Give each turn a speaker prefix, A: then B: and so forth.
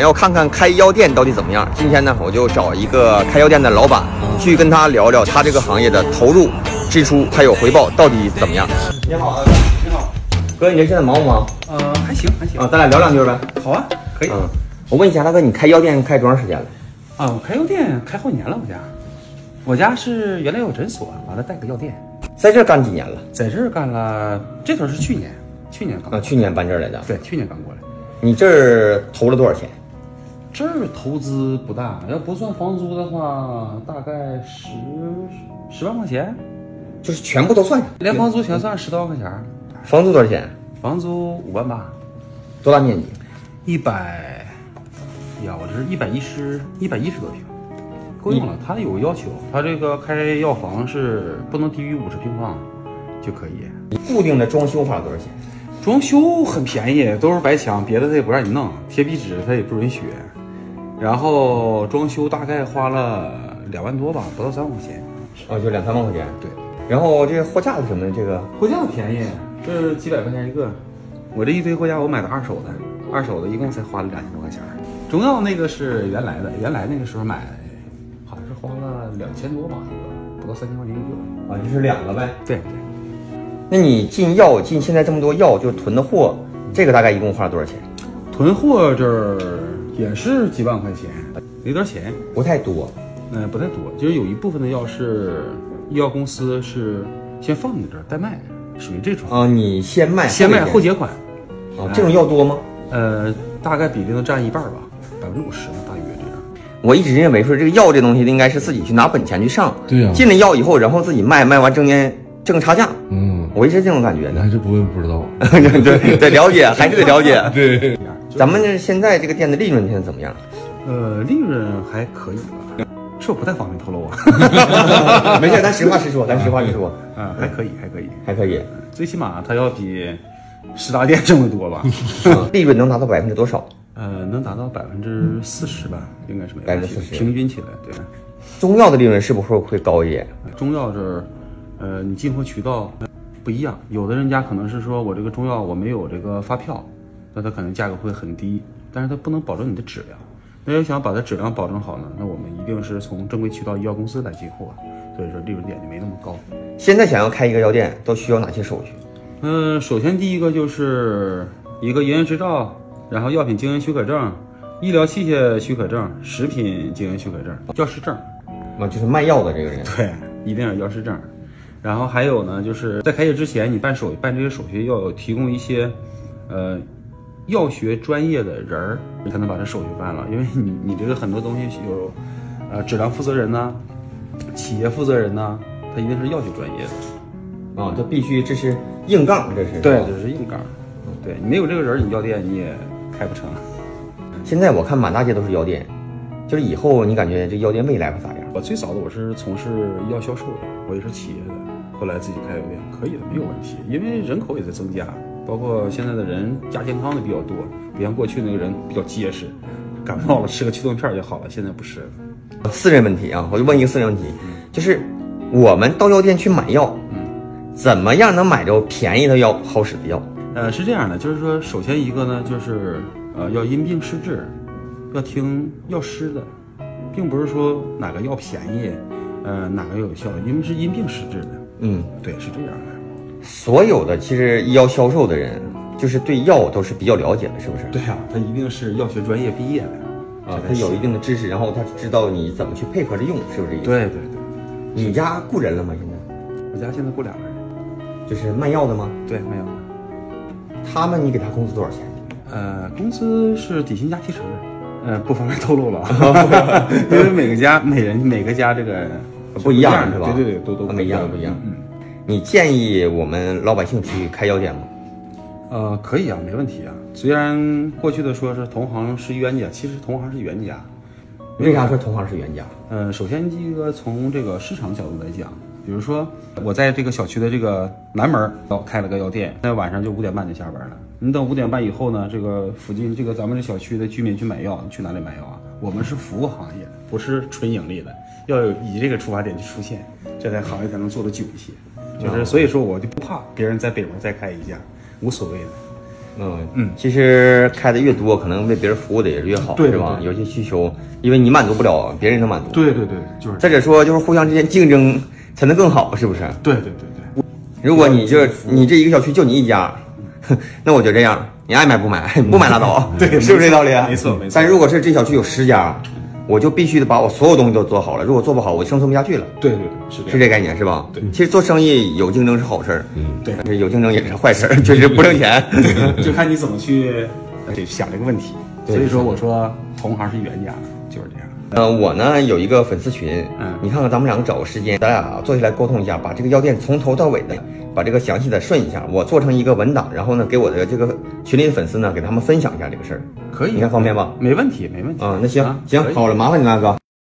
A: 要看看开药店到底怎么样。今天呢，我就找一个开药店的老板，去跟他聊聊他这个行业的投入、支出还有回报到底怎么样。你好，大哥，你好，哥，你这现在忙不忙？
B: 呃，还行还行，
A: 啊，咱俩聊两句呗。
B: 好啊，可以
A: 嗯，我问一下，大哥，你开药店开多长时间了？
B: 啊。我开药店开好几年了，我家，我家是原来有诊所，完了带个药店，
A: 在这儿干几年了？
B: 在这儿干了，这头是去年，去年刚
A: 啊，去年搬这儿来的。
B: 对，去年刚过来。
A: 你这儿投了多少钱？
B: 这儿投资不大，要不算房租的话，大概十十万块钱，
A: 就是全部都算上，
B: 连房租全算十多万块钱，
A: 房租多少钱？
B: 房租五万八，
A: 多大面积？
B: 一百，哎呀，我这是一百一十一百一十多平，够用了。他有要求，他这个开药房是不能低于五十平方就可以。
A: 固定的装修花了多少钱？
B: 装修很便宜，都是白墙，别的他也不让你弄，贴壁纸他也不允许。然后装修大概花了两万多吧，不到三万块钱。
A: 啊，就两三万块钱。
B: 对，
A: 然后这货架子什么的，这个
B: 货架便宜，这是几百块钱一个。我这一堆货架我买的二手的，二手的一共才花了两千多块钱。中药那个是原来的，原来那个时候买，好像是花了两千多吧一个，不到三千块钱一个。
A: 啊，就是两个呗。
B: 对对，
A: 那你进药进现在这么多药，就囤的货，这个大概一共花了多少钱？
B: 囤货这儿也是几万块钱，没多少钱。
A: 不太多。
B: 呃，不太多，就是有一部分的药是医药公司是先放你这儿代卖，属于这种，
A: 啊，你先卖
B: 先卖后
A: 结
B: 结款，
A: 啊，这种药多吗？
B: 呃，大概比例能占一半儿吧，百分之五十吧，大约这样。
A: 我一直认为说这个药这东西应该是自己去拿本钱去上，
B: 啊
C: 对啊呀
A: 进了药以后，然后自己卖，卖完挣钱挣差价，
C: 嗯，
A: 我一直这种感 觉
C: 你
A: 的。
C: 还是不问不知道。
A: 对对，了解还是得了解。
C: 对，
B: 这样就
A: 咱们这现在这个店的利润现在怎么 样？
B: 呃，利润还可以吧，是我不太方便透露啊。
A: 没事，咱实话实说，咱实话实说，
B: 啊，还可以，还可以，
A: 还可以。
B: 最起码它要比十大店挣得多吧？
A: 利润能达到百分之多少？
B: 呃，能达到百分之四十吧，应该是没问题的
A: 40%
B: 平均起来，对。
A: 中药的利润是不是会高一点？
B: 中药这儿，呃，你进货渠道不一样，有的人家可能是说我这个中药我没有这个发票，那它可能价格会很低，但是它不能保证你的质量。那要想把它质量保证好呢，那我们一定是从正规渠道医药公司来进货，所以说利润点就没那么高。
A: 现在想要开一个药店，都需要哪些手续？
B: 嗯、首先第一个就是一个营业执照，然后药品经营许可证、医疗器械许可证、食品经营许可证、药师证。
A: 啊，就是卖药的这个人。
B: 对， 一定要有药师证。然后还有呢，就是在开业之前，你办手办这些手续要有提供一些，呃，药学专业的人儿，你才能把这手续办了。因为你你这个很多东西有，呃，质量负责人呐、企业负责人呐、他一定是药学专业的。
A: 啊，这必须这是硬杠，这是。啊
B: 这是硬杠。对你没有这个人儿，你药店你也开不成。
A: 现在我看满大街都是药店，就是以后你感觉这药店未来会咋样？
B: 我最早的我是从事医药销售的，我也是企业的，后来自己开药店，可以的，没有问题。因为人口也在增加，包括现在的人亚健康的比较多，不像过去那个人比较结实，感冒了吃个驱痛片儿就好了，现在不是了。
A: 私人问题啊，我就问一个私人问题，
B: 嗯
A: 就是我们到药店去买药，
B: 嗯
A: 怎么样能买着便宜的药、好使的药？
B: 呃，是这样的，就是说，首先一个呢，就是呃，要因病施治，要听药师的，并不是说哪个药便宜，呃，哪个药有效，因为是因病施治的。
A: 嗯，
B: 对，是这样的。
A: 所有的其实医药销售的人，就是对药都是比较了解的，是不是？
B: 对呀、他一定是药学专业毕业的
A: 啊，
B: 这才
A: 他
B: 行
A: 有一定的知识，然后他知道你怎么去配合着用，是不是这意思？，
B: 对对对，
A: 你家雇人了吗？现在
B: 我家现在雇俩人，
A: 就是卖药的吗？
B: 对，没有。
A: 他们你给他工资多少钱？
B: 呃，工资是底薪加提成的，呃，不方便透露 了啊，因为每个家每人每个家这个
A: 不一样
B: 的
A: 是吧？
B: 对对对，都都
A: 啊不一样，
B: 的
A: 不一样。
B: 嗯，
A: 你建议我们老百姓去开药店吗？
B: 呃，可以啊，没问题啊。虽然过去的说是同行是冤家，其实同行是冤家。
A: 为啥说同行是冤家？
B: 呃，首先第一个从这个市场角度来讲，比如说我在这个小区的这个南门儿到开了个药店，那晚上就五点半就下班了。你等五点半以后呢，这个附近这个咱们这小区的居民去买药，你去哪里买药啊？我们是服务行业，不是纯盈利的，要有以这个出发点去出现，这在行业才能啊做得久一些。就是所以说，我就不怕别人在北门再开一家，无所谓的。
A: 嗯嗯，其实开的越多，可能为别人服务的也是越好，
B: 对
A: 是吧？
B: 对
A: 有些需求，因为你满足不了，别人能满足。
B: 对对对，就是这
A: 再者说，就是互相之间竞争才能更好，是不是？
B: 对对对对，
A: 如果你这你这一个小区就你一家，哼那我就这样，你爱买不买， 不买拉倒，
B: 对
A: 是不是这道理？啊
B: 没错没错
A: 但如果是这小区有十家，我就必须得把我所有东西都做好了，如果做不好，我生存不下去了。
B: 对对是这
A: 是
B: 样。
A: 这概念是吧？对，其实做生意有竞争是好事儿，
B: 对
A: 但是有竞争也是坏事儿， 就是不挣钱。
B: 就看你怎么去得呃想这个问题。所以说，我说同行是远家，就是这样。
A: 呃，我呢有一个粉丝群，
B: 嗯
A: 你看看咱们两个找个时间，咱俩坐下来沟通一下，把这个药店从头到尾的，把这个详细的顺一下，我做成一个文档，然后呢给我的这个群里的粉丝呢，给他们分享一下这个事儿，
B: 可以啊
A: 你看方便吧？
B: 没问题，没问题。
A: 啊、那行
B: 啊
A: 行
B: 可，以
A: 好了，麻烦你了，哥。